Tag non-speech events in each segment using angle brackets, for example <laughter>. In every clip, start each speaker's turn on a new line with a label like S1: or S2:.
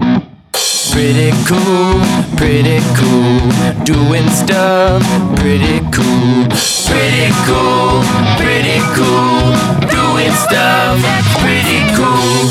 S1: Pretty cool, pretty cool, doing stuff pretty cool. Pretty cool, pretty cool, doing stuff pretty cool.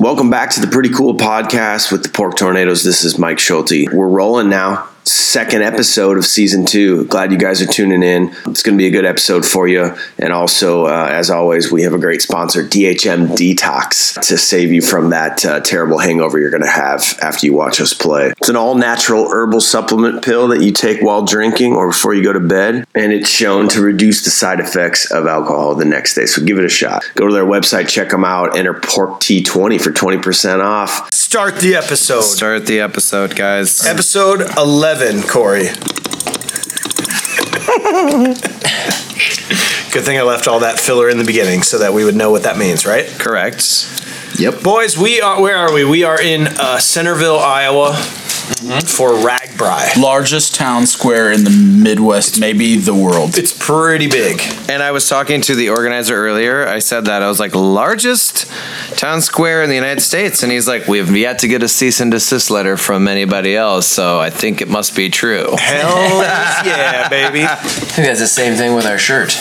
S2: Welcome back to the Pretty Cool Podcast with the Pork Tornadoes. This is Mike Schulte. We're rolling now. Second episode of season two. Glad you guys are tuning in. It's going to be a good episode for you. And also, uh, as always, we have a great sponsor, DHM Detox, to save you from that uh, terrible hangover you're going to have after you watch us play. It's an all natural herbal supplement pill that you take while drinking or before you go to bed. And it's shown to reduce the side effects of alcohol the next day. So give it a shot. Go to their website, check them out, enter Pork T20 for 20% off.
S3: Start the episode.
S4: Start the episode, guys.
S3: Episode 11, Corey. Good thing I left all that filler in the beginning so that we would know what that means, right?
S4: Correct.
S3: Boys, we are, where are we? We are in uh, Centerville, Iowa for Ragbri.
S5: largest town square in the Midwest, maybe the world.
S3: It's pretty big.
S4: And I was talking to the organizer earlier. I said that I was like largest town square in the United States, and he's like, "We have yet to get a cease and desist letter from anybody else, so I think it must be true."
S3: Hell <laughs> yeah, baby.
S6: I think that's the same thing with our shirt.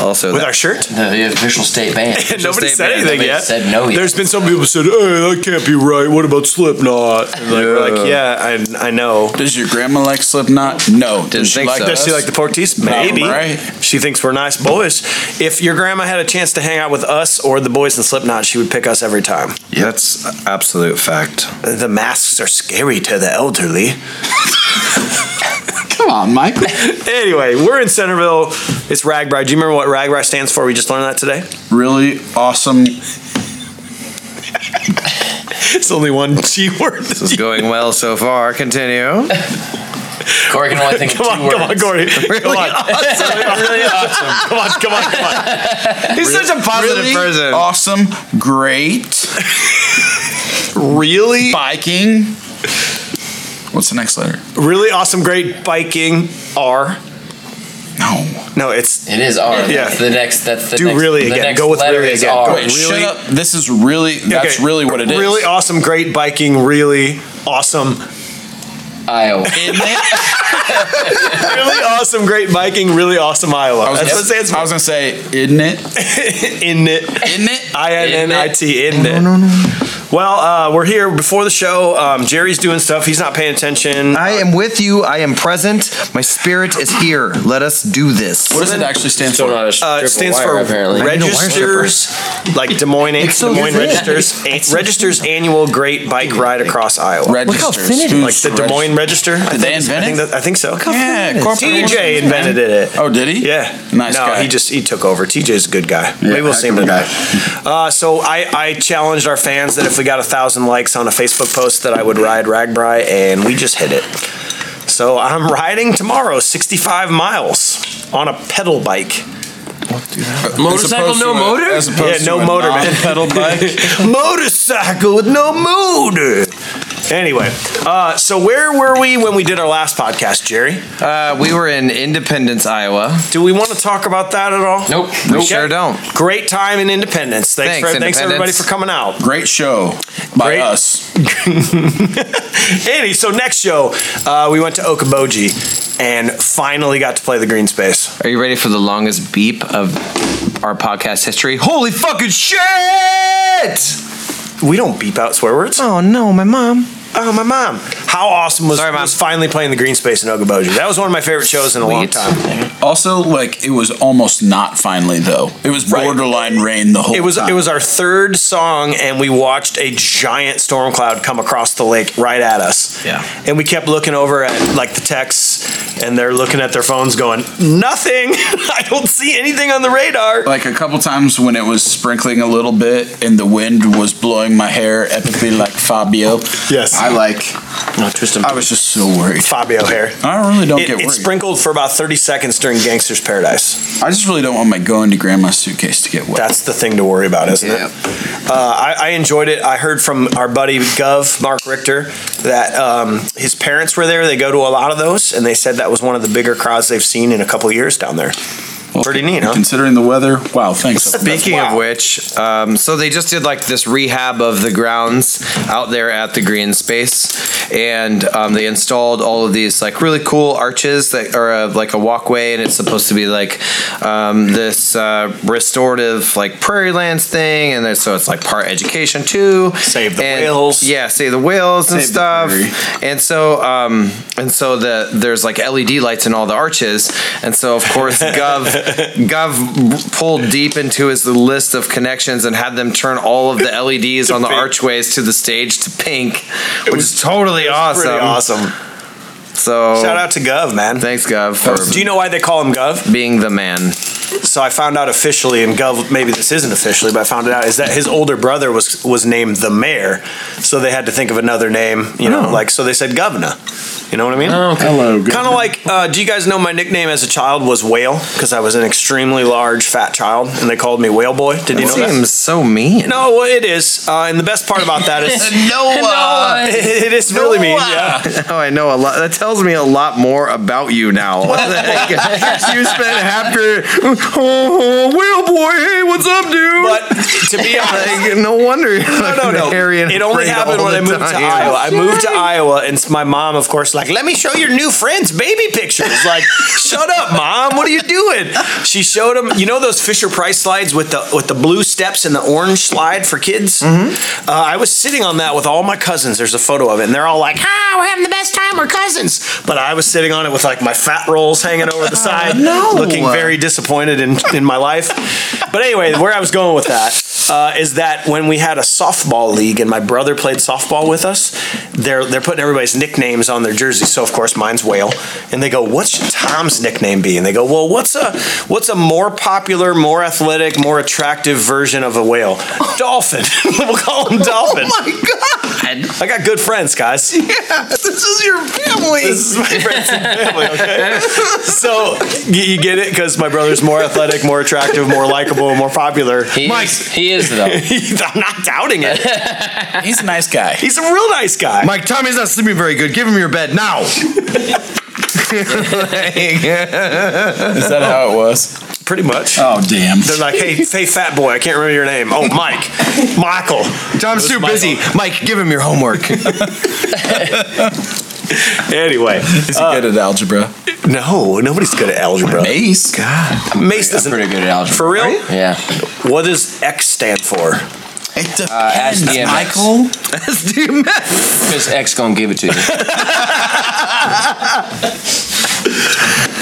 S4: Also,
S3: With
S4: that-
S3: our shirt?
S6: The, the official state
S3: <laughs>
S6: band.
S3: Nobody
S4: statement.
S3: said anything
S6: Nobody
S3: yet.
S6: said no yet.
S3: There's been some people said, "Hey, that can't be right. What about Slipknot?" And like, we're like, yeah, I, I know.
S5: Does your grandma like Slipknot? No.
S4: Didn't
S5: Does she
S4: think
S5: like
S4: so.
S3: Does
S5: us?
S3: she like the Portees? Maybe.
S5: right.
S3: She thinks we're nice boys. If your grandma had a chance to hang out with us or the boys in Slipknot, she would pick us every time.
S4: that's absolute fact.
S3: The masks are scary to the elderly.
S5: Come on, Mike.
S3: Anyway, we're in Centerville. It's RAGBRAI. Do you remember what RAGBRAI stands for? We just learned that today.
S5: really awesome.
S3: It's only one <laughs> G word.
S4: This is going well so far. Continue.
S6: Corey can only
S3: <laughs>
S6: think
S3: Come
S6: of
S3: on,
S6: two
S3: come on,
S6: words.
S3: Corey. come on. really awesome. Come on, come on, come on.
S4: He's such a positive
S5: really
S4: person.
S5: Awesome. Great. really biking. What's the next letter?
S3: Really awesome, great biking. R.
S5: No.
S3: No, it's
S6: It is R.
S3: Yeah.
S6: That's the next. That's the
S3: Do
S6: next,
S3: really
S6: the
S3: again.
S6: Next
S3: Go with
S6: letter
S3: really
S6: is
S3: again.
S6: R.
S3: Go
S5: Wait,
S3: Oh, really-
S5: shut up. This is really. That's
S3: Okay.
S5: really what it is.
S3: Really awesome, great biking. Really awesome, <laughs>
S6: Iowa.
S5: Isn't it?
S3: really awesome, great biking. Really awesome, Iowa.
S5: I was,
S3: That's
S5: gonna,
S3: what it stands
S5: I was
S3: for.
S5: gonna say, isn't
S3: <laughs>
S5: it?
S3: In it.
S5: Isn't it?
S3: I N N I T in it. No, no, no. Well, uh, we're here before the show. Um, Jerry's doing stuff. He's not paying attention. Uh,
S4: I am with you. I am present. My spirit is here. Let us do this.
S5: What does it actually stand
S6: Still
S5: for?
S6: not a strip
S3: Uh, it
S6: of
S3: stands
S6: wire,
S3: for
S6: apparently.
S3: registers, like Des Moines,
S4: so
S3: Des Moines
S4: good.
S3: registers, registers annual great bike ride across Iowa.
S5: Registers.
S4: thin it
S5: Who's
S3: like the Des Moines Register. I
S5: Did they
S3: think-
S5: invent
S3: I think,
S5: it?
S3: that- I think so. <laughs>
S5: Yeah, Corporal
S3: TJ
S5: Wilson's
S3: invented
S5: man.
S3: it.
S5: Oh, did he?
S3: Yeah.
S5: Nice
S3: No,
S5: guy.
S3: he just he took over. TJ's a good guy. Maybe we'll see him tonight. Uh, so I, I challenged our fans that if we got a thousand likes on a Facebook post that I would ride Ragbri, and we just hit it. So I'm <laughs> riding tomorrow, 65 miles on a pedal bike.
S5: Motorcycle, no motor. As opposed
S3: Yeah, no
S5: to a
S3: motor, man. <laughs>
S5: non-pedal bike.
S3: Motorcycle with no motor. Anyway, uh, so where were we when we did our last podcast, Jerry?
S4: Uh, we were in Independence, Iowa.
S3: Do we want to talk about that at all?
S6: Nope.
S4: We sure don't.
S3: Great time in Independence. Thanks,
S4: Thanks,
S3: for, thanks everybody
S4: Independence.
S3: for coming out. <laughs>
S5: <laughs> Great show by
S3: Great.
S5: us.
S3: Andy, so next show, uh, we went to Okoboji and finally got to play the green space.
S4: Are you ready for the longest beep of our podcast history? Holy fucking shit!
S3: We don't beep out swear words. Oh,
S4: Oh no, my mom.
S3: my mom. How awesome was,
S4: Sorry, Mom.
S3: was finally playing the green space in Okoboji? That was one of my favorite shows in a long
S4: Sweet.
S3: time.
S5: Also, like it was almost not finally though. It was
S3: Right.
S5: borderline rain the whole.
S3: It was
S5: time.
S3: it was our third song and we watched a giant storm cloud come across the lake right at us.
S4: Yeah.
S3: And we kept looking over at like the texts and they're looking at their phones going, "Nothing. <laughs> I don't see anything on the radar."
S5: like a couple times when it was sprinkling a little bit and the wind was blowing my hair epically like Fabio.
S3: Yes.
S5: I like.
S6: No, twist 'em.
S5: I was just so worried.
S3: Fabio hair.
S5: I really don't
S3: It,
S5: get
S3: it
S5: worried.
S3: sprinkled for about 30 seconds during Gangster's Paradise.
S5: I just really don't want my going to grandma's suitcase to get wet.
S3: That's the thing to worry about, isn't it? Uh, I, I enjoyed it. I heard from our buddy Gov, Mark Richter, that um, his parents were there. They go to a lot of those, and they said that was one of the bigger crowds they've seen in a couple years down there.
S5: well, Well,
S3: Pretty neat, huh?
S5: Considering the weather, wow! Thanks.
S4: Speaking of which, um, so they just did like this rehab of the grounds out there at the green space, and um, they installed all of these like really cool arches that are uh, like a walkway, and it's supposed to be like um, this uh, restorative like prairie lands thing, and then, so it's like part education too.
S3: Save the
S4: and,
S3: whales.
S4: Yeah, save the whales and
S5: Save the
S4: stuff.
S5: prairie.
S4: And so, um, and so the there's like LED lights in all the arches, and so of
S3: <laughs>
S4: course Gov Gov pulled deep into his list of connections and had them turn all of the LEDs on the
S3: pink.
S4: archways to the stage to pink, which is totally awesome.
S3: Pretty awesome.
S4: So
S3: Shout out to Gov, man.
S4: thanks Gov
S3: Do
S4: for
S3: you know why they call him Gov?
S4: being the man.
S3: So I found out officially, and Gov, maybe this isn't officially, but I found it out is that his older brother was was named the mayor, so they had to think of another name, you know, like so they said Governor. You know what I mean?
S5: hello,
S3: Kind of like, uh, do you guys know my nickname as a child was Whale because I was an extremely large, fat child, and they called me Whale Boy. Did you
S4: It
S3: know that?
S4: seems so mean.
S3: No, well, it is, uh, and the best part about that
S4: <laughs>
S3: is
S6: Noah.
S3: <laughs> it is really mean. Yeah.
S4: Oh, I know a lot. That tells me a lot more about you now. <laughs> Like, you spent half your <laughs> oh, oh, whale boy. Hey, what's up, dude?
S3: But to be honest,
S4: like, no wonder. <laughs>
S3: no, no, no. It only happened when I moved to
S4: Oh,
S3: Iowa. I moved to Iowa, and my mom, of course, like, let me show your new friends' baby pictures. Like, <laughs> shut up, mom. What are you doing? She showed him. You know those Fisher Price slides with the with the blue steps and the orange slide for kids. Uh, I was sitting on that with all my cousins. There's a photo of it, and they're all like, "Ah, we're having the best time. We're cousins." But I was sitting on it with like my fat rolls hanging over the side,
S4: no.
S3: looking very disappointed in in my life. But anyway, where I was going with that uh, is that when we had a softball league and my brother played softball with us, they're they're putting everybody's nicknames on their jerseys. So of course mine's Whale, and they go, "What should Tom's nickname be?" And they go, "Well, what's a what's a more popular, more athletic, more attractive version of a whale? Dolphin. <laughs> we'll call him Dolphin.
S4: my god!
S3: I got good friends, <laughs> guys.
S4: Yeah, this is your family.
S3: This is my friends and family, okay? <laughs> So you, you get it because my brother's more athletic, more attractive, more likable, and more popular.
S6: He is, he is though.
S3: <laughs> I'm not doubting it.
S6: <laughs>
S5: He's a nice guy.
S3: He's a real nice guy.
S4: Mike, Tommy's not sleeping very good. Give him your bed now.
S5: <laughs> Is that how it was?
S3: Pretty much.
S5: Oh damn!
S3: They're like, hey, hey, fat boy, I can't remember your name. Oh, Mike, Michael.
S4: Tom's too busy. Mike, give him your homework.
S3: Anyway,
S5: Is he
S3: Uh,
S5: good at algebra?
S3: no, nobody's good at algebra.
S5: Ace.
S3: Mace doesn't.
S6: Pretty good at algebra.
S3: For real?
S6: <laughs> Yeah.
S3: What does X stand for?
S5: It depends,
S6: ask DMX.
S5: Michael.
S4: <laughs> That's too mess.
S6: Miss X gonna give it to you.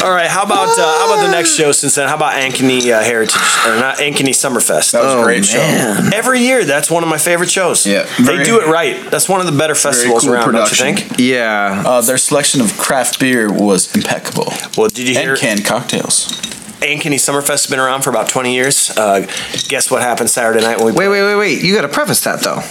S3: All right, how about uh, how about the next show? Since then, how about Ankeny uh, Heritage or not Ankeny Summerfest?
S5: That was
S4: Oh,
S5: a great show.
S3: Every year, that's one of my favorite shows.
S5: Yeah,
S3: they
S5: very-
S3: do it right. That's one of the better festivals
S5: cool
S3: around, don't
S5: production.
S3: you think?
S4: Yeah.
S5: Uh, their selection of craft beer was impeccable,
S3: Well, did you hear
S5: and canned cocktails.
S3: Ankeny Summerfest has been around for about 20 years? Uh, guess what happened Saturday night when we
S4: Wait, wait, wait, wait. You got to preface that though.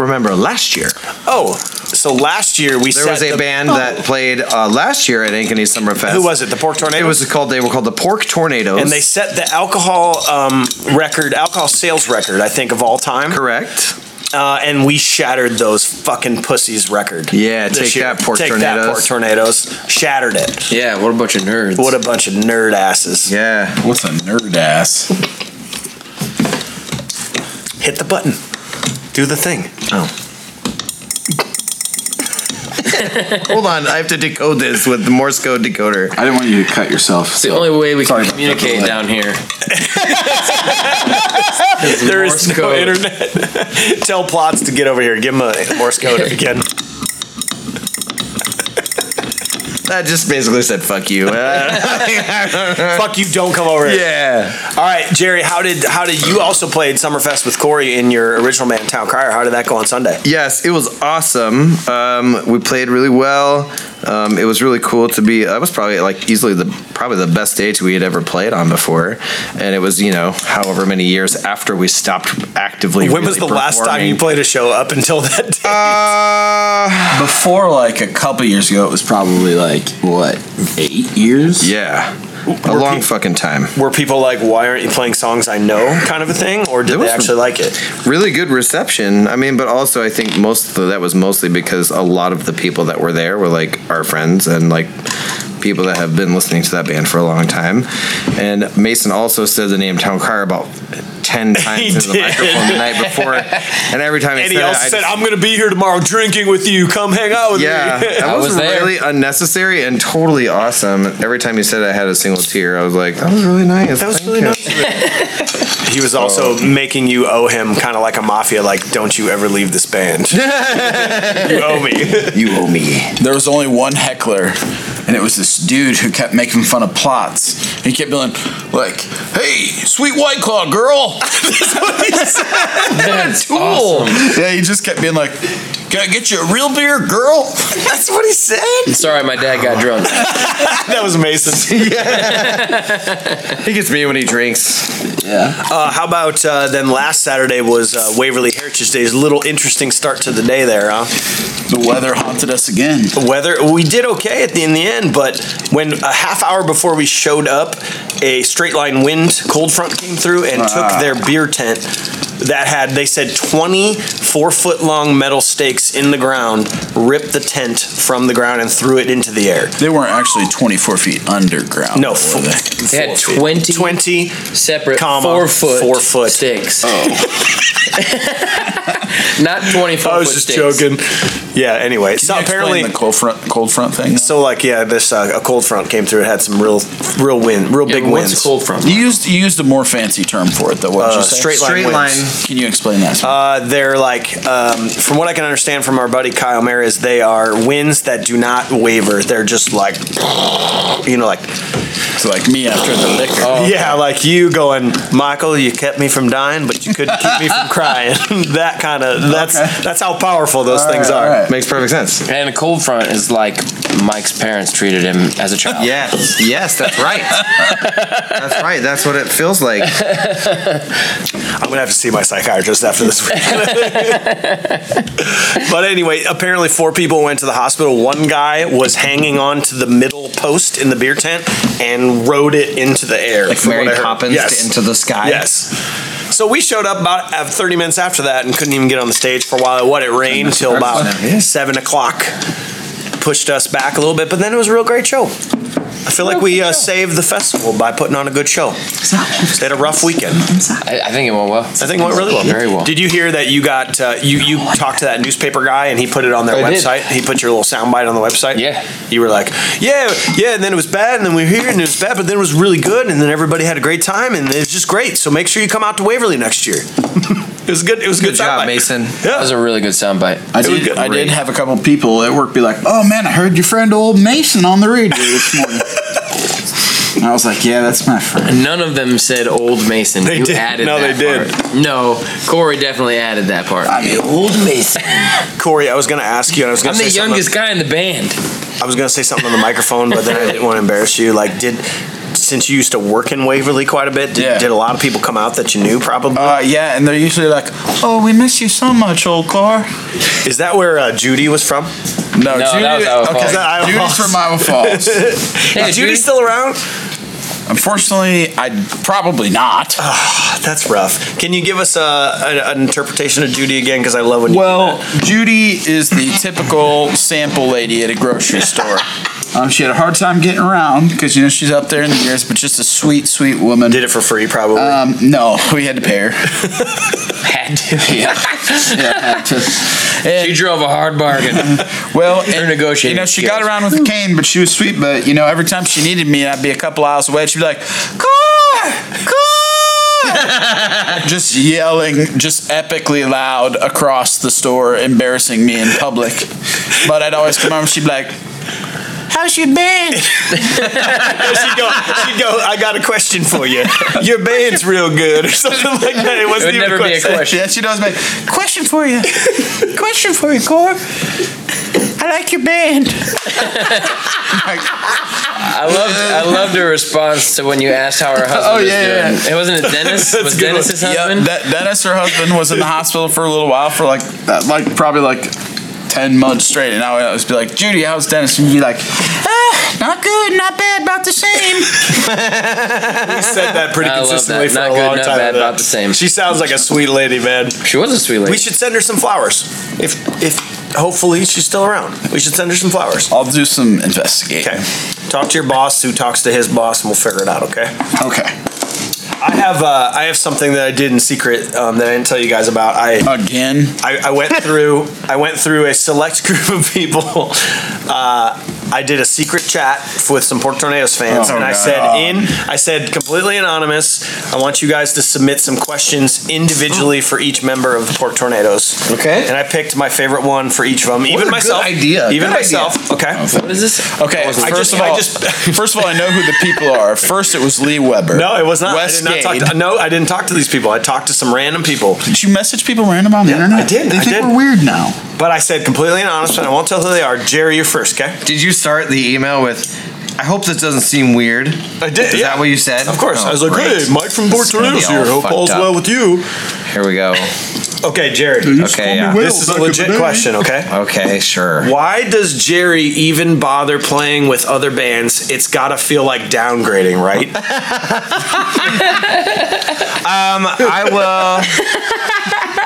S4: Remember last year,
S3: Oh, so last year we
S4: there
S3: set
S4: was a
S3: the- Oh.
S4: band that played uh, last year at Ankeny Summerfest.
S3: Who was it? The Pork Tornadoes?
S4: It was called. They were called the Pork Tornadoes.
S3: and they set the alcohol um, record, alcohol sales record, I think, of all time.
S4: correct.
S3: Uh, and we shattered those fucking pussies record.
S4: Yeah,
S3: this
S4: take
S3: year.
S4: that, Pork
S3: take
S4: Tornadoes.
S3: That, pork tornadoes. Shattered it.
S6: yeah, what a bunch of nerds.
S3: What a bunch of nerd asses.
S4: Yeah.
S5: What's a nerd ass?
S3: Hit the button. Do the thing.
S4: Hold on, I have to decode this with the Morse code decoder.
S5: I didn't want you to cut yourself.
S6: It's the only way we
S5: Sorry
S6: can
S5: about that
S6: communicate
S5: delay.
S6: down here.
S3: There is
S6: Morse
S3: no
S6: code.
S3: internet. <laughs> Tell plots to get over here. Give them a Morse
S4: <laughs>
S3: code if you can.
S4: That just basically said "fuck you." <laughs>
S3: Fuck you, don't come over here.
S4: yeah.
S3: All right, Jerry, how did how did you also played Summerfest with Corey in your original man Town Crier? How did that go on Sunday?
S4: Yes, it was awesome. Um, we played really well. Um, it was really cool to be. That was probably like easily the probably the best stage we had ever played on before, and it was you know however many years after we stopped actively.
S3: When was the
S4: really
S3: last time you
S4: performing.
S3: played a show up until that day?
S4: Uh,
S5: Before like a couple years ago, it was probably like what eight years.
S4: yeah, a
S3: Were
S4: long
S3: peop-
S4: fucking time.
S3: Were people like, why aren't you playing songs I know kind of a thing? Or did
S4: There
S3: they
S4: was-
S3: actually like it?
S4: really good reception. I mean, but also I think most of that was mostly because a lot of the people that were there were like our friends and like people that have been listening to that band for a long time. And Mason also said the name Town Car about
S3: <laughs>
S4: ten times into the
S3: did.
S4: microphone the night before, and every time he
S3: And he
S4: said it,
S3: also
S4: I
S3: said,
S4: just-
S3: "I'm going to be here tomorrow drinking with you. Come hang out with <laughs>
S4: <laughs> yeah,
S3: me."
S4: that
S6: I
S4: was,
S6: was there.
S4: really unnecessary and totally awesome. Every time he said it, I had a single tear. I was like, that was really nice.
S3: That was
S4: Thank
S3: really
S4: you."
S3: nice. he was also making you owe him kind of like a mafia, like, don't you ever leave this <laughs> band. you owe me. <laughs>
S5: You owe me. There was only one heckler, and it was this dude who kept making fun of plots. He kept going, like, hey, sweet white claw girl. <laughs> That's what he said.
S6: That's
S5: Tool.
S6: awesome.
S5: Yeah, he just kept being like, can I get you a real beer, girl? <laughs> That's what he said.
S6: Sorry, my dad got drunk.
S3: that was Mason.
S4: He gets me when he drinks.
S3: Uh, how about uh, then last Saturday was uh, Waverly Heritage Days. Little interesting start to the day there, huh?
S5: The weather haunted us again.
S3: Weather, we did okay at the, in the end, but when a half hour before we showed up, a straight line wind cold front came through and took their beer tent that had, they said, 24 foot long metal stakes in the ground, ripped the tent from the ground and threw it into the air.
S5: They weren't actually 24 feet underground.
S3: No,
S5: were
S3: four-
S5: they?
S6: They had 20,
S3: 20
S6: separate
S3: comma,
S6: four foot
S3: four foot. Oh.
S6: sticks. <laughs> Not 24
S3: I
S6: foot
S3: was just
S6: sticks.
S3: joking. Yeah. Anyway, so
S5: Can you
S3: apparently,
S5: explain the cold front, cold front thing.
S3: so like yeah, this uh, a cold front came through. It had some real, real wind, real
S6: Yeah,
S3: big
S6: but what's
S3: winds.
S6: cold from?
S5: You used you used a more fancy term for it though. What did
S3: Uh,
S5: you say?
S3: straight line
S4: Straight
S3: winds.
S4: line.
S5: Can you explain that?
S3: Uh, they're like, um, from what I can understand from our buddy Kyle Mayer, is they are winds that do not waver. They're just like, you know, like
S5: It's like me after the liquor.
S3: Uh, oh. yeah, like you going, Michael, you kept me from dying, but you couldn't keep me
S5: <laughs>
S3: from crying. <laughs> that kind of that's
S5: Okay.
S3: that's how powerful those
S5: All
S3: things
S5: right,
S3: are.
S5: all right.
S4: Makes perfect sense.
S6: And a cold front is like Mike's parents treated him as a child.
S4: Yes, yes, that's right. that's right. That's what it feels like.
S3: I'm gonna have to see my psychiatrist after this week. <laughs> but anyway, apparently four people went to the hospital. One guy was hanging on to the middle post in the beer tent and rode it into the air.
S4: Like
S3: from what
S4: Mary
S3: I heard.
S4: Poppins
S3: Yes.
S4: into the sky.
S3: Yes. So we showed up about uh, 30 minutes after that and couldn't even get on the stage for a while. What it rained till about
S4: Yeah.
S3: seven o'clock, pushed us back a little bit. But then it was a real great show. I feel like we uh, saved the festival by putting on a good show. They had a rough weekend.
S6: I, I think it went well.
S3: I think it went really well.
S6: Very well.
S3: Did you hear that you got uh, you you talked to that newspaper guy and he put it on their
S6: I did.
S3: website? He put your little soundbite on the website.
S6: Yeah.
S3: You were like, yeah, yeah, and then it was bad, and then we were here, and it was bad, but then it was really good, and then everybody had a great time, and it was just great. So make sure you come out to Waverly next year. <laughs> it was good. It was a good,
S4: Good job,
S3: soundbite.
S4: Mason.
S6: That was
S3: Yeah.
S6: a really good soundbite.
S5: I
S3: It was
S5: did.
S3: good.
S5: I did have a couple people at work be like, "Oh man, I heard your friend Old Mason on the radio this
S3: <laughs>
S5: morning." And I was like, "Yeah, that's my friend."
S6: None of them said old Mason.
S3: They
S6: you
S3: did.
S6: added
S3: No,
S6: that
S3: they did.
S6: part. No, Corey definitely added that part.
S5: I mean, Old Mason.
S3: Corey, I was going to ask you, and I was going
S6: I'm
S3: to say
S6: the
S3: something-
S6: youngest guy in the band.
S3: I was going to say something on the microphone, but then I didn't want to embarrass you. Like, did since you used to work in Waverly quite a bit, did,
S5: Yeah.
S3: did a lot of people come out that you knew? Probably.
S5: Uh, yeah, and they're usually like, "Oh, we miss you so much, Old Car."
S3: Is that where uh, Judy was from?
S5: No,
S6: that was Iowa Falls.
S3: That Iowa
S5: Judy's
S3: Falls.
S5: from Iowa Falls. <laughs>
S6: Hey,
S3: Is
S6: Judy.
S3: Judy still around?
S5: Unfortunately, I'd probably not.
S3: Ah, That's rough. Can you give us a, a, an interpretation of Judy again? Because I love when you
S5: Well, Judy is the typical sample lady at a grocery store. <laughs> Um, she had a hard time getting around because you know she's up there in the years, but just a sweet, sweet woman.
S3: did it for free, probably.
S5: Um, no, we had to pay her.
S6: <laughs> had to. <laughs> Yeah.
S5: Yeah, had to.
S6: she
S5: And,
S6: drove a hard bargain.
S5: well, and,
S6: Her negotiating
S5: You know, she
S6: skills.
S5: got around with a cane, but she was sweet. But you know, every time she needed me, I'd be a couple aisles away. She'd be like, "Car,
S6: <laughs>
S5: car!" just yelling, just epically loud across the store, embarrassing me in public. But I'd always come home. She'd be like, "How's you been?"
S3: she'd, go, she'd go, I got a question for you. Your band's real good, or something like that. It wasn't
S6: It would
S3: even
S6: never be a
S3: question.
S6: question.
S5: Yeah, she'd always be like, "Question for you, question for you, Cor. I like your band."
S6: I loved. I loved her response to when you asked how her husband
S5: Oh,
S6: was
S5: yeah, yeah.
S6: doing. It <laughs> wasn't it Dennis.
S3: That's
S6: was
S3: a good
S6: Dennis his
S5: Yeah,
S6: husband?
S5: that Dennis, her husband, was in the hospital for a little while for like that, like probably like ten months straight, and I would always be like, "Judy, how's Dennis?" And you'd be like, ah, "Not good, not bad, about
S3: <laughs>
S5: the same."
S3: She said that pretty
S6: I love
S3: consistently
S6: that.
S3: for
S6: Not
S3: a
S6: good,
S3: long
S6: not
S3: time.
S6: bad,
S3: though.
S6: about the same.
S3: She sounds like a sweet lady, man.
S6: she was a sweet lady.
S3: We should send her some flowers. If if hopefully she's still around. We should send her some flowers.
S5: I'll do some investigating.
S3: Okay. Talk to your boss, who talks to his boss, and we'll figure it out. Okay.
S5: Okay.
S3: I have uh, I have something that I did in secret um, that I didn't tell you guys about. I
S5: Again.
S3: I, I went through I went through a select <laughs> group of people. Uh, I did a secret chat with some Port Tornadoes fans,
S5: Oh,
S3: and I
S5: God.
S3: said in I said completely anonymous. I want you guys to submit some questions individually for each member of the Port Tornadoes.
S4: Okay.
S3: And I picked my favorite one for each of them, even
S4: a good
S3: myself.
S4: idea.
S3: Even
S4: Good idea. Oh,
S3: myself. Okay.
S6: What is this?
S5: Okay.
S3: was the
S5: I
S3: first
S5: just,
S3: of all-
S5: I just, <laughs> first of all, I know who the people are. First, it was Lee Weber.
S3: <laughs> No, it was not. I did
S5: Westgate.
S3: not talk to, no, I didn't talk to these people. I talked to some random people.
S5: Did you message people random on the internet?
S3: I did,
S5: They
S3: I
S5: think
S3: did.
S5: we're weird now.
S3: But I said completely anonymous, and I won't tell who they are. Jerry, you're first, okay?
S4: Did you start the email with? I hope this doesn't seem weird.
S3: I did.
S4: Is
S3: yeah.
S4: that what you said?
S3: Of course.
S4: Oh,
S3: I was like,
S4: great.
S3: hey, Mike from Port
S4: It's gonna be
S3: Tornadoes
S4: all
S3: here. Hope
S4: fucked
S3: all's
S4: up.
S3: well with you.
S4: Here we go.
S3: Okay, Jared.
S4: Okay. Yeah.
S3: This is a legit question, okay?
S4: Okay. Sure.
S3: Why does Jerry even bother playing with other bands? It's gotta feel like downgrading, right?
S4: Um, I will.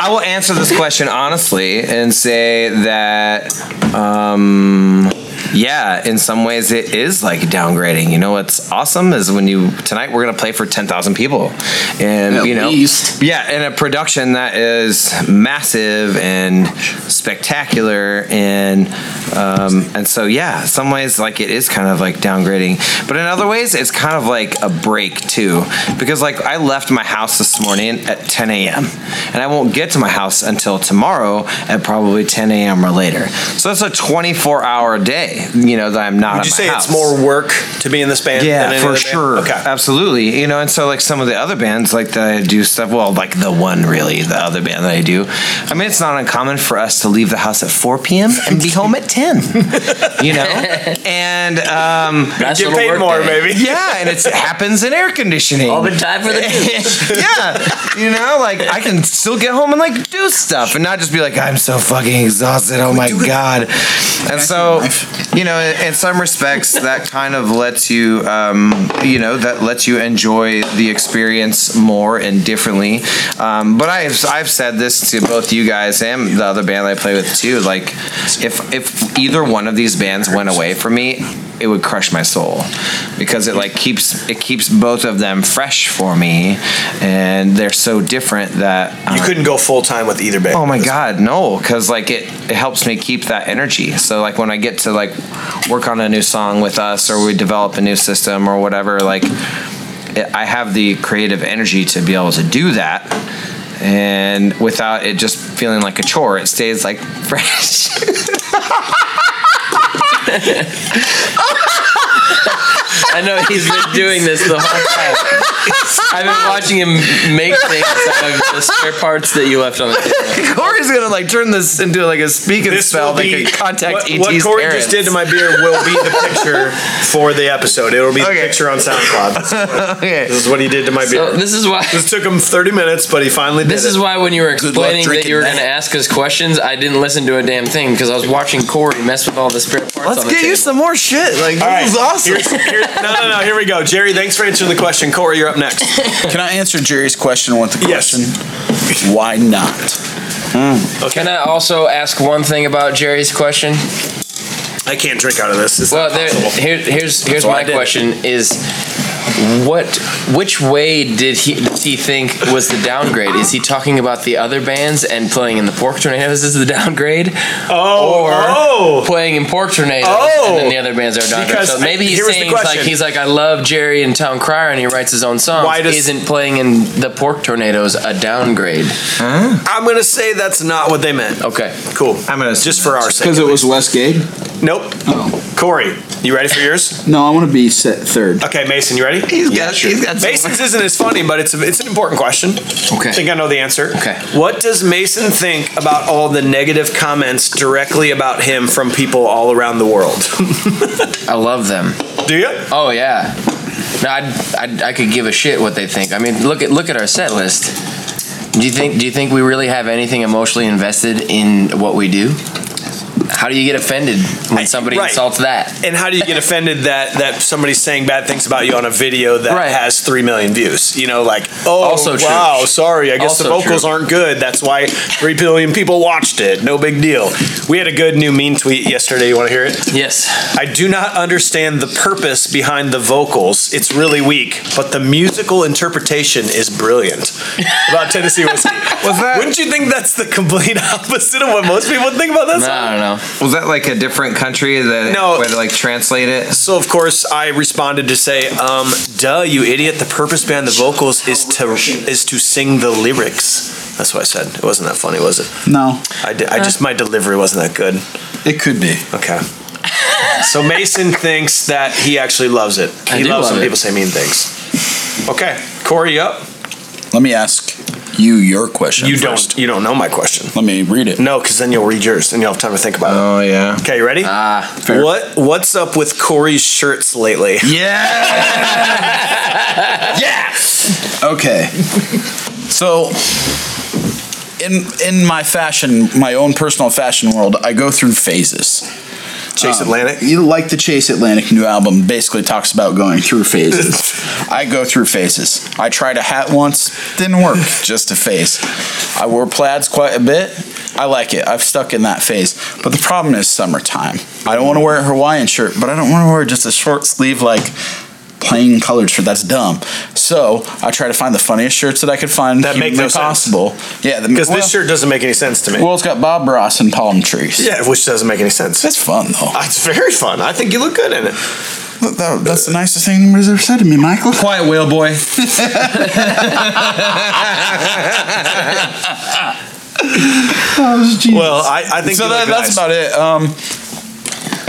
S4: I will answer this question honestly and say that, um, yeah, in some ways it is like downgrading. You know what's awesome is when you tonight we're gonna play for ten thousand people, and
S5: At
S4: you know,
S5: least.
S4: yeah, in a production that is massive and spectacular, and um, and so yeah, some ways like it is kind of like downgrading, but in other ways it's kind of like a break too, because like I left my house this morning at 10 a.m. and I won't get to my house until tomorrow at probably 10 a.m. or later. So that's a 24-hour day, you know, that I'm not.
S3: Would
S4: at
S3: you
S4: my
S3: say
S4: house
S3: it's more work to be in this band? than
S4: yeah
S3: any
S4: for
S3: other band?
S4: sure
S3: Okay.
S4: absolutely you know and so like some of the other bands like that i do stuff well like the one really the other band that i do i mean it's not uncommon for us to leave the house at 4 p.m and be home at 10 you
S3: <laughs>
S4: know and um
S6: Nice
S3: Get
S6: little
S3: paid
S6: work
S3: more,
S6: day.
S3: maybe.
S4: yeah and it's, it happens in air conditioning
S6: All the time for the dudes. <laughs>
S4: <laughs> yeah, you know, like I can still get home and like do stuff and not just be like, I'm so fucking exhausted. Oh my god. And so, you know, in in some respects, that kind of lets you, um, you know, that lets you enjoy the experience more and differently. Um, but I've I've said this to both you guys and the other band I play with too. Like, if if either one of these bands went away from me, it would crush my soul because it like keeps it keeps both of them fresh for me and they're so different that
S3: You
S4: um,
S3: couldn't go full time with either band.
S4: oh
S3: <laughs>
S4: my god no because like it it helps me keep that energy so like when i get to like work on a new song with us or we develop a new system or whatever like it, i have the creative energy to be able to do that and without it just feeling like a chore it stays like <laughs> fresh
S6: I know he's been doing this the whole time. I've been watching him make things out of the spare parts that you left on the table.
S4: Corey's gonna like turn this into like a speak and spell like a <laughs> contact
S3: what,
S4: ET's
S3: what Corey
S4: parents.
S3: just did to my beer will be the picture for the episode. It'll be the
S4: Okay.
S3: picture on SoundCloud.
S4: <laughs> okay.
S3: This is what he did to my
S6: <laughs>
S3: beer.
S6: So this is why.
S3: This took him 30 minutes, but he finally did
S6: This
S3: it.
S6: is why when you were explaining that
S5: drinking
S6: you were
S5: that.
S6: going to ask us questions, I didn't listen to a damn thing because I was watching Corey mess with all the spare parts.
S4: Let's
S6: on the
S4: get you
S6: table.
S4: some more shit. Like this
S3: All right.
S4: is awesome.
S3: Here- here- no, no, no. Here we go. Jerry, thanks for answering the question. Corey, you're up next.
S5: Can I answer Jerry's question with the
S3: Yes.
S5: question? Why not?
S6: Can I also ask one thing about Jerry's question?
S3: I can't drink out of this. It's
S6: Well,
S3: not
S6: there,
S3: possible.
S6: here, here's here's
S3: why I
S6: my
S3: did it.
S6: question: Is what which way did he does he think was the downgrade? Is he talking about the other bands and playing in the Pork Tornadoes is the downgrade?
S3: Oh,
S6: or
S3: oh.
S6: playing in Pork Tornadoes
S3: Oh.
S6: and then the other bands are downgrade.
S3: Because
S6: so maybe he's
S3: here was the
S6: saying he's like
S3: question.
S6: he's like I love Jerry and Town Crier and he writes his own songs.
S3: Why does-
S6: Isn't playing in the Pork Tornadoes a downgrade?
S3: I'm going to say that's not what they meant.
S6: Okay.
S3: Cool.
S4: I'm gonna
S3: Just for our sake.
S7: Because it was Westgate?
S3: Nope. Corey, you ready for yours?
S7: No, I want to be set third.
S3: Okay, Mason, you ready?
S4: He's got he's got some-
S3: Mason's isn't as funny, but it's, a, it's an important question. I think
S6: Okay.
S3: I know the answer.
S6: Okay.
S3: What does Mason think about all the negative comments directly about him from people all around the world? <laughs>
S6: I love them.
S3: Do you?
S6: Oh yeah. No, I'd, I'd, I could give a shit what they think. I mean, look at look at our set list. Do you think do you think we really have anything emotionally invested in what we do? How do you get offended when somebody
S3: right.
S6: insults that?
S3: And how do you get offended that that somebody's saying bad things about you on a video that
S6: Right.
S3: has three million views? You know, like oh,
S6: Also true.
S3: wow, sorry, I guess the
S6: Also
S3: vocals
S6: true.
S3: aren't good. That's why three billion people watched it. No big deal. We had a good new mean tweet yesterday. You want to hear it?
S6: Yes.
S3: I do not understand the purpose behind the vocals. It's really weak, but the musical interpretation is brilliant. About
S6: <laughs>
S3: Tennessee whiskey.
S4: Was that-
S3: Wouldn't you think that's the complete <laughs> opposite of what most people think about that
S6: No,
S3: song?
S6: I don't know.
S4: Was that like a different country that
S3: No.
S4: where they like translate it?
S3: So of course I responded to say, um, "Duh, you idiot! The purpose behind the vocals is to is to sing the lyrics." That's what I said. It wasn't that funny, was it?
S5: No,
S3: I, di- I
S6: Uh.
S3: just my delivery wasn't that good.
S5: it could be.
S3: Okay. So
S6: <laughs>
S3: Mason thinks that he actually loves it.
S6: I
S3: He
S6: do
S3: loves
S6: love
S3: when
S6: it.
S3: people say mean things. Okay, Corey, you up?
S5: Let me ask you your question.
S3: You
S5: first.
S3: don't you don't know my question.
S5: Let me read it.
S3: No, because then you'll read yours and you'll have time to think about it.
S4: Oh yeah.
S3: Okay, you ready?
S6: Ah,
S5: fair.
S3: What what's up with Corey's shirts lately?
S5: Yeah. yeah. Okay. So in in my fashion, my own personal fashion world, I go through phases.
S3: <laughs> Chase
S5: Um,
S3: Atlantic.
S5: You like the Chase Atlantic new album basically talks about going
S3: <laughs>
S5: through phases. I go through phases. I tried a hat once, didn't work, just a phase. I wore plaids quite a bit. I like it. I've stuck in that phase. But the problem is summertime. I don't want to wear a Hawaiian shirt, but I don't want to wear just a short sleeve like plain colored shirt. That's dumb. So I try to find the funniest shirts that I could find
S3: That make
S5: humanly
S3: no sense.
S5: possible. Yeah,
S3: Because this shirt doesn't make any sense to me.
S5: Well, it's got Bob Ross and palm trees.
S3: Yeah, which doesn't make any sense. Ah,
S5: That's fun though.
S3: It's very fun. I think you look good in it.
S5: That- that- that's the nicest thing anybody's ever said to me, Michael.
S4: Quiet whale
S5: <laughs>
S4: boy.
S5: Oh,
S3: Well, I, I think
S5: so
S3: you
S5: that,
S3: look nice.
S5: that's about it. Um,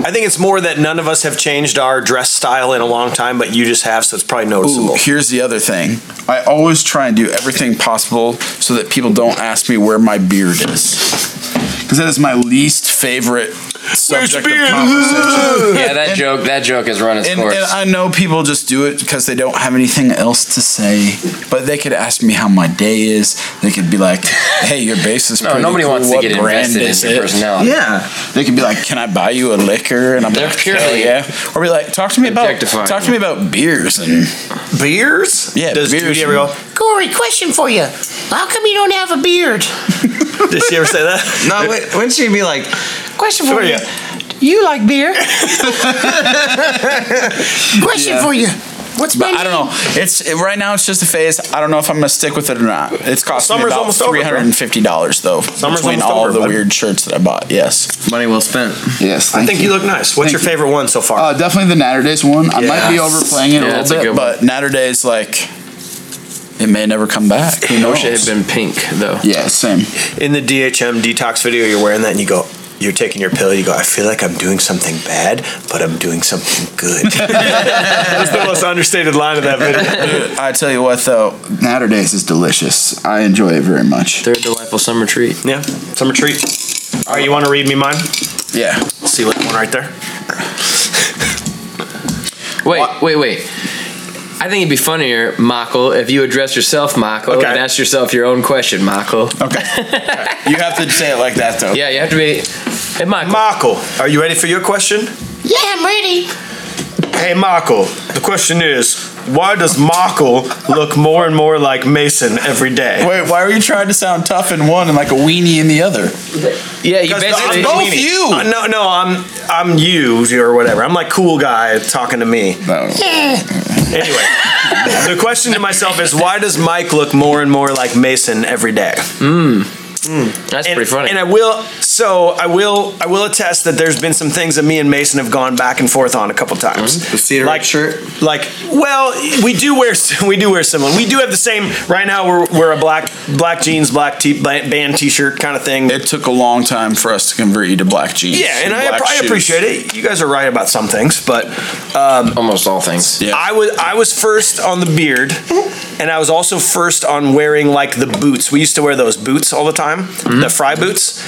S3: I think it's more that none of us have changed our dress style in a long time, but you just have, so it's probably noticeable.
S5: ooh, here's the other thing. I always try and do everything possible so that people don't ask me where my beard is, because that is my least favorite subject of conversation. <laughs>
S6: yeah. That joke. That joke has run its
S5: And,
S6: course.
S5: and I know people just do it because they don't have anything else to say, but they could ask me how my day is. They could
S6: <laughs>
S5: be like, "Hey, your bass is
S6: no,
S5: pretty
S6: Oh, nobody
S5: cool.
S6: wants to
S5: What
S6: get
S5: brand
S6: invested
S5: is
S6: in your
S5: it?"
S6: personality.
S5: Yeah. They could be like, "Can I buy you a liquor?" And I'm
S6: They're
S5: like,
S6: purely
S5: "Hell yeah." Or be like, "Talk to me about
S6: objectifying.
S5: talk to me about beers and
S3: Beers?
S5: Yeah,
S3: Does
S5: beers.
S3: Judy ever go,
S8: Corey, question for you. How come you don't have a beard?
S3: Does she ever say that?
S5: <laughs>
S3: <laughs>
S4: No, wait, wouldn't she be like,
S8: Question
S3: Sure,
S8: for you.
S3: yeah.
S8: You like beer. question for you. What's my
S5: but I don't know. It's it- right now. It's just a phase. I don't know if I'm gonna stick with it or not. It's cost me
S3: Summer's
S5: about
S3: almost over,
S5: three
S3: bro.
S5: hundred and fifty dollars though between
S3: almost
S5: all
S3: over,
S5: of the
S3: bud.
S5: weird shirts that I bought. Yes,
S4: money well spent.
S5: yes.
S3: I think you look nice. What's
S5: Thank
S3: your
S5: you.
S3: favorite one so far?
S5: Uh, definitely the Natter Days one. I might be
S4: Yeah.
S5: overplaying it
S6: Yeah,
S5: a
S6: that's a
S5: little bit,
S6: good one.
S5: but Natter Days like it may never come back. Who
S6: I wish it
S5: knows?
S6: had been pink though.
S5: Yeah, same.
S3: in the DHM detox video, you're wearing that and you go, you're taking your pill, you go, I feel like I'm doing something bad, but I'm doing something good. <laughs> That's the most understated line of that video.
S5: I tell you what though, Natter Days is delicious. I enjoy it very much.
S6: They're a delightful summer treat.
S3: <laughs> Yeah, summer treat. All right, you want to read me mine?
S5: Yeah.
S3: See what one right there?
S6: Wait, wait, wait. I think it'd be funnier, Michael, if you address yourself, Michael,
S3: Okay.
S6: and ask yourself your own question, Michael.
S5: Okay. you have to say it like that though.
S6: Yeah, you have to be. Hey, Michael.
S3: Michael, are you ready for your question?
S8: Yeah, I'm ready.
S3: Hey, Michael, the question is why does Michael look more and more like Mason every day?
S5: Wait, why were you trying to sound tough in one and like a weenie in the other?
S6: yeah, you
S3: Because
S6: basically.
S3: I'm both you. Uh, no, no, I'm I'm you or whatever. I'm like cool guy talking to me. Anyway, the question to myself is why does Mike look more and more like Mason every day?
S6: That's
S3: And,
S6: pretty funny.
S3: and I will so I will I will attest that there's been some things that me and Mason have gone back and forth on a couple times.
S4: The cedar
S3: like,
S4: shirt?
S3: Like, well, we do wear <laughs> we do wear similar. We do have the same right now we're we're a black black jeans, black t- band t-shirt kind of thing.
S5: It took a long time for us to convert you to black jeans.
S3: Yeah, and I, I appreciate it. You guys are right about some things, but um,
S6: Almost all things.
S5: Yeah.
S3: I was I was first on the beard, and I was also first on wearing like the boots. We used to wear those boots all the time,
S5: Mm-hmm.
S3: the fry boots.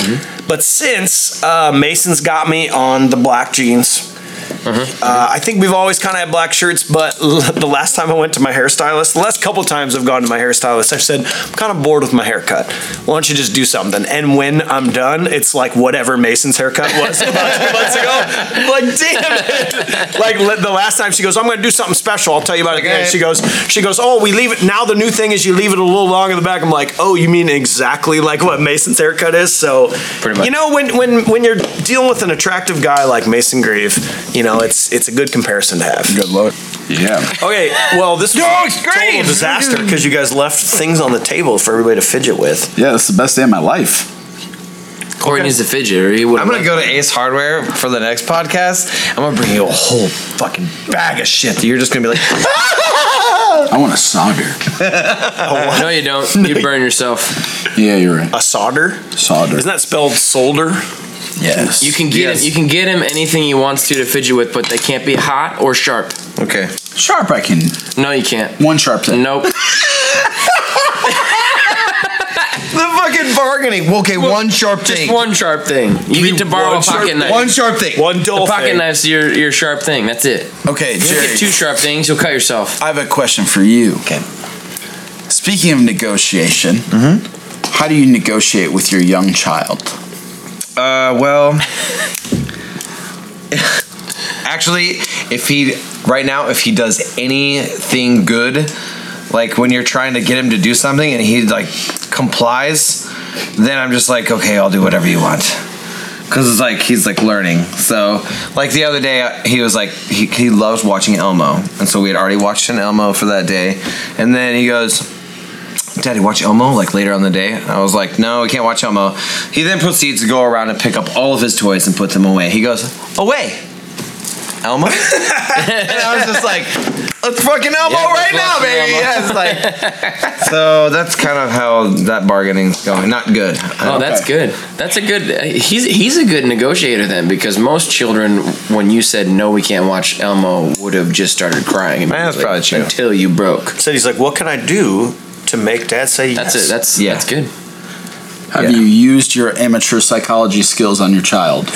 S3: But since uh, Mason's got me on the black jeans.
S5: Mm-hmm.
S3: Uh, I think we've always kind of had black shirts, but <laughs> l- the last time I went to my hairstylist, the last couple times I've gone to my hairstylist, I've said, I'm kind of bored with my haircut. Why don't you just do something? And when I'm done, it's like whatever Mason's haircut was <laughs> about two months ago. I'm like, damn it. Like le- the last time she goes, I'm going to do something special. I'll tell you about it. again." She goes, she goes, oh, we leave it. Now the new thing is you leave it a little long in the back. I'm like, oh, you mean exactly like what Mason's haircut is? So,
S6: Pretty much.
S3: you know, know when when when you're dealing with an attractive guy like Mason Grieve, you know it's it's a good comparison to have.
S5: Good luck. Yeah.
S3: Okay, well this was a total disaster because you guys left things on the table for everybody to fidget with.
S5: Yeah, it's the best day of my life.
S6: Corey needs to fidget, or he would.
S4: I'm gonna go to Ace Hardware for the next podcast. I'm gonna bring you a whole fucking bag of shit that you're just gonna be like, <laughs>
S5: I want a saw beer.
S6: No, you don't. You burn yourself.
S5: Yeah, you're right.
S3: A solder,
S5: Solder.
S3: isn't that spelled solder?
S5: Yes.
S6: You can get him, you can get him anything he wants to to fidget with, but they can't be hot or sharp.
S4: okay,
S5: sharp. I can
S6: No, you can't.
S5: one sharp thing.
S6: Nope.
S4: the fucking bargaining. Okay, one sharp
S6: Just
S4: thing.
S6: one sharp thing. You get to borrow a
S3: one sharp-
S6: pocket knife.
S4: One sharp thing.
S3: One
S6: the
S3: dull
S6: pocket
S3: thing.
S6: knife's your your sharp thing. That's it.
S5: Okay,
S6: You
S5: Jerry.
S6: get two sharp things, you'll cut yourself.
S5: I have a question for you.
S4: Okay.
S5: Speaking of negotiation, how do you negotiate with your young child?
S4: Uh, well, actually, if he right now, if he does anything good, like when you're trying to get him to do something and he like complies, then I'm just like, okay, I'll do whatever you want. Cause it's like he's like learning. So like the other day, he was like he, he loves watching Elmo, and so we had already watched an Elmo for that day, and then he goes, Daddy, watch Elmo like later on in the day. I was like, no, we can't watch Elmo. He then proceeds to go around and pick up all of his toys and put them away. He goes, away,
S6: <laughs>
S4: Elmo. and I was just like, let's fucking Elmo
S6: Yeah, let's
S4: right now,
S6: watch
S4: baby.
S6: Elmo.
S4: Yeah, <laughs> it's like, <laughs> so that's kind of how that bargaining's going. Not good.
S6: Oh, that's good. That's a good. He's he's a good negotiator then, because most children, when you said no, we can't watch Elmo, would have just started crying.
S4: that's probably true.
S6: Until you broke.
S3: Said he's like, what can I do to make Dad say
S6: That's
S3: yes?
S6: it. That's
S4: Yeah.
S6: that's good.
S5: Have you used your amateur psychology skills on your child?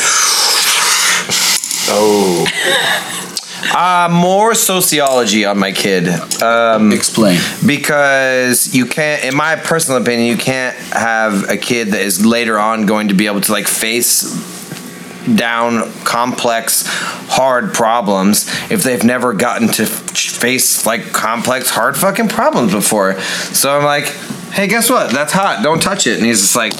S4: Uh, more sociology on my kid. Um,
S5: Explain.
S4: because you can't in my personal opinion you can't have a kid that is later on going to be able to like face down complex hard problems if they've never gotten to f- face like complex hard fucking problems before so i'm like hey guess what that's hot don't touch it and he's just like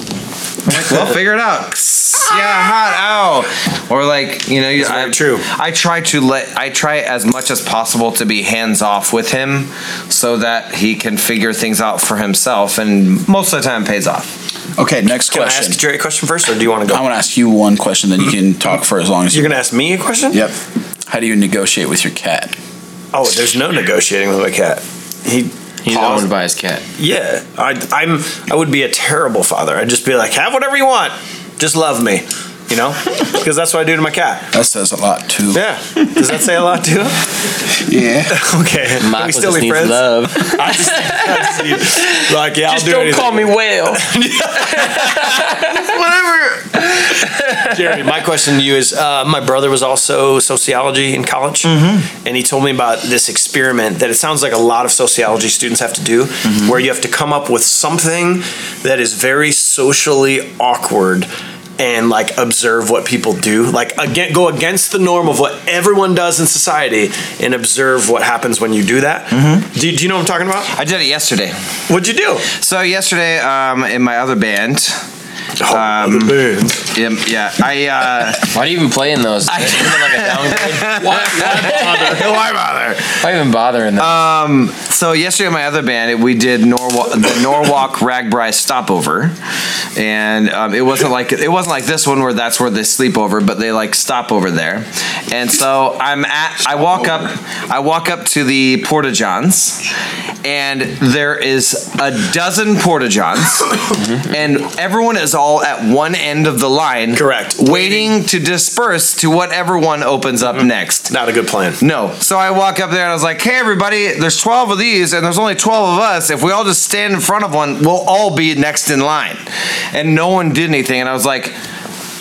S4: I'm like, well, figure it out. Yeah, hot. Ow. Or like, you know, you,
S3: That's very true.
S4: I, I try to let I try as much as possible to be hands off with him, so that he can figure things out for himself, and most of the time pays off.
S5: Okay, next
S3: Can I
S5: question. Mm-hmm.
S3: ask Jerry a question first, or do you want to
S5: I
S3: go?
S5: want to ask you one question, then you can talk for as long as
S3: You're
S5: you.
S3: gonna ask me a question?
S5: Yep. How do you negotiate with your cat?
S3: Oh, there's no negotiating with my cat. He
S6: He's
S3: Pause.
S6: owned by his cat.
S3: Yeah, I, I'm. I would be a terrible father. I'd just be like, have whatever you want, just love me,
S6: <laughs>
S3: you know, because that's what I do to my cat.
S5: That says a lot too.
S3: Yeah, does that say a lot
S6: <laughs>
S3: to him?
S5: Yeah.
S3: Okay, Can we
S6: Michael
S3: still
S6: just
S3: be
S6: needs
S3: friends.
S6: love.
S3: <laughs> I just, I just need- like, yeah,
S6: just
S3: I'll do
S6: don't
S3: anything.
S6: call me whale.
S3: Jeremy, my question to you is uh, my brother was also sociology in college,
S4: Mm-hmm.
S3: and he told me about this experiment that it sounds like a lot of sociology students have to do,
S4: Mm-hmm.
S3: where you have to come up with something that is very socially awkward and like observe what people do like again go against the norm of what everyone does in society and observe what happens when you do that
S4: Mm-hmm.
S3: do, do you know what i'm talking about
S4: I did it yesterday.
S3: what'd you do
S4: So yesterday, um, in my other band,
S3: the Oh, band.
S4: yeah, yeah I. Uh,
S6: Why do you even play in those? Why,
S4: why bother?
S6: even bother in that?
S4: Um, so yesterday in my other band, we did Norwalk, the Norwalk Ragbri stopover, and um, it wasn't like it wasn't like this one where that's where they sleep over, but they like stop over there. And so I'm at, I walk up, I walk up to the porta johns, and there is a dozen porta johns, and everyone is all at one end of the line,
S3: Correct.
S4: waiting to disperse to whatever one opens up next.
S3: not a good plan
S4: No. So I walk up there and I was like, hey, everybody, there's 12 of these and there's only 12 of us. If we all just stand in front of one, we'll all be next in line. And no one did anything. And I was like,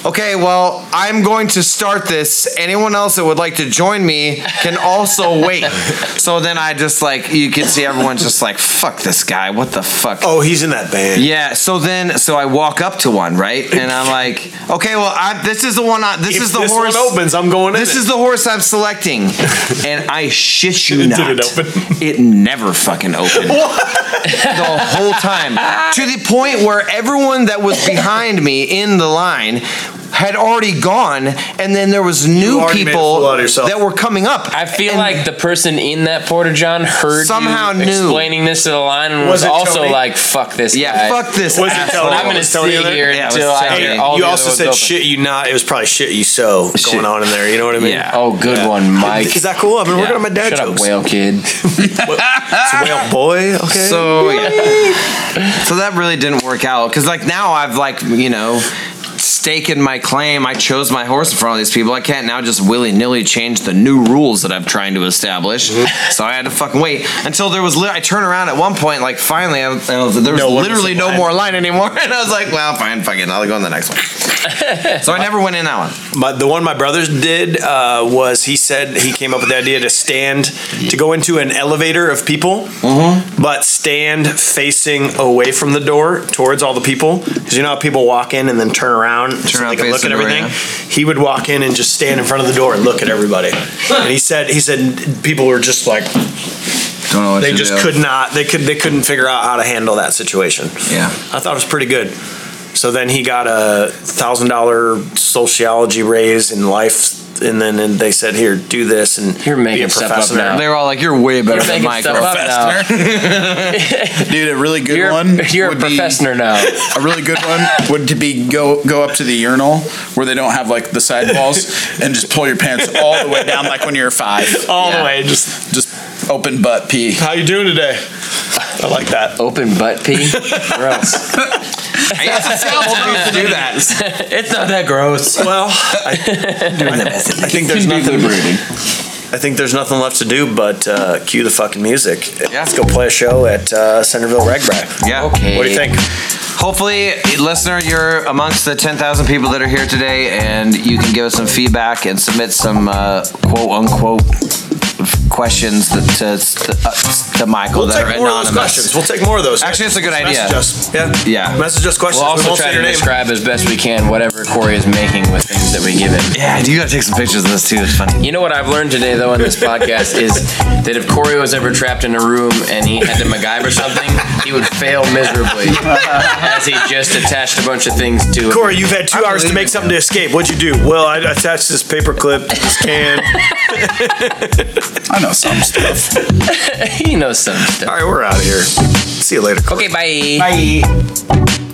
S4: Okay, well, I'm going to start this. Anyone else that would like to join me can
S3: <laughs>
S4: also wait. so then I just like, you can see everyone's just like, fuck this guy. What the fuck?
S3: Oh, he's in that band.
S4: Yeah, so then, so I walk up to one, right? And I'm like, okay, well, I, this is the one, I, this
S3: If
S4: is the
S3: this
S4: horse.
S3: one opens, I'm going in.
S4: This
S3: it.
S4: is the horse
S3: <laughs>
S4: I'm selecting. And I shit you
S3: Did
S4: not.
S3: it open? <laughs>
S4: It never fucking opened. The whole time. to the point where everyone that was behind me in the line had already gone, and then there was new
S3: already made a
S4: people
S3: fool out of yourself.
S4: that were coming up.
S6: I feel
S4: And-
S6: like the person in that porter john heard
S4: Somehow
S6: you
S4: knew.
S6: explaining this to the line and
S3: Was
S6: was,
S3: it
S6: also
S3: Tony?
S6: like, "Fuck this
S4: yeah,
S6: guy."
S4: fuck this
S3: Was it
S4: asshole.
S3: Tony?
S6: I'm gonna
S3: Was
S6: sit
S3: Tony in there?
S6: here
S4: Yeah, it was
S6: until I
S4: Tony.
S6: hear all
S3: you
S6: the
S3: also
S6: other ones
S3: said
S6: open.
S3: "shit you not." It was probably "shit you so"
S4: Shit.
S3: going on in there. You know what I mean?
S4: Yeah.
S6: Oh, good one, Mike.
S3: Is that cool? I've been working on my dad
S6: Shut
S3: jokes.
S6: up, whale <laughs> kid.
S3: It's a
S4: <laughs>
S3: whale boy. Okay.
S4: So yeah. <laughs> so that really didn't work out because like now I've like you know staken my claim. I chose my horse in front of these people. I can't now just willy nilly change the new rules that I'm trying to establish.
S3: Mm-hmm.
S4: so I had to fucking wait until there was. Li- I turn around at one point like finally I, and I was- there was
S3: No one was
S4: literally
S3: in
S4: no
S3: line.
S4: more line anymore, <laughs> and I was like, well, fine, fucking, I'll go on the next one.
S3: <laughs>
S4: so I never went in that one.
S3: My, the one my brother did uh, was he said he came up with the idea to stand to go into an elevator of people,
S4: Mm-hmm.
S3: but stand facing away from the door towards all the people because you know how people walk in and then turn around so
S4: around,
S3: they can
S4: face
S3: look
S4: the
S3: at
S4: door,
S3: everything. He would walk in and just stand in front of the door and look at everybody. and he said he said people were just like
S5: Don't know what
S3: they
S5: to
S3: just
S5: do.
S3: could not they could they couldn't figure out how to handle that situation.
S5: Yeah.
S3: I thought it was pretty good. So then he got a thousand dollar sociology raise in life, and then and they said, "Here, do this." And
S6: You're making
S3: be a
S6: stuff up
S3: professor.
S6: now.
S4: They were all like, "You're way better
S6: You're
S4: than
S6: making
S4: Mike."
S6: stuff up now.
S5: Dude, a really good
S6: You're,
S5: one.
S6: you're a
S5: would be-
S6: professor now.
S5: A really good one would to be go go up to the urinal where they don't have like the side walls and just pull your pants all the way down like when you're five.
S3: All the way, just
S5: Just open butt pee.
S3: how you doing today? I like
S6: <laughs>
S3: that.
S6: Open butt pee. Gross.
S4: I used to see old dudes do
S6: <laughs>
S4: that.
S6: it's not that gross.
S3: Well,
S6: <laughs>
S3: I, I think there's nothing. I think there's nothing left to do but uh, cue the fucking music.
S4: Yeah.
S3: Let's go play a show at uh, Centerville Ragbrai. <laughs>
S4: <laughs> Yeah.
S6: Okay.
S3: What do you think?
S4: Hopefully, listener, you're amongst the 10,000 people that are here today, and you can give us some feedback and submit some uh, quote unquote questions that to, to, uh, to Michael
S3: We'll
S4: that
S3: take
S4: are
S3: more of those
S4: anonymous.
S3: questions. We'll take more of those.
S4: Actually, that's a good idea.
S3: Message us. Yeah.
S4: Yeah.
S3: Message us questions.
S6: We'll also
S3: won't
S6: try
S3: say
S6: to
S3: your name.
S6: describe as best we can whatever Corey is making with things that we give him.
S4: Yeah, you gotta take some pictures of this too. It's funny.
S6: You know what I've learned today, though, on <laughs> this podcast is that if Corey was ever trapped in a room and he had to MacGyver something, he would fail <laughs> miserably as he just attached a bunch of things to it.
S3: Corey, you've had two hours to make something to escape. What'd you do? Well, I attached this paper
S4: <laughs>
S3: clip to this can.
S5: I know some stuff.
S6: he knows some stuff.
S3: All right, we're out of here. See you later.
S6: Okay, bye.
S3: Bye.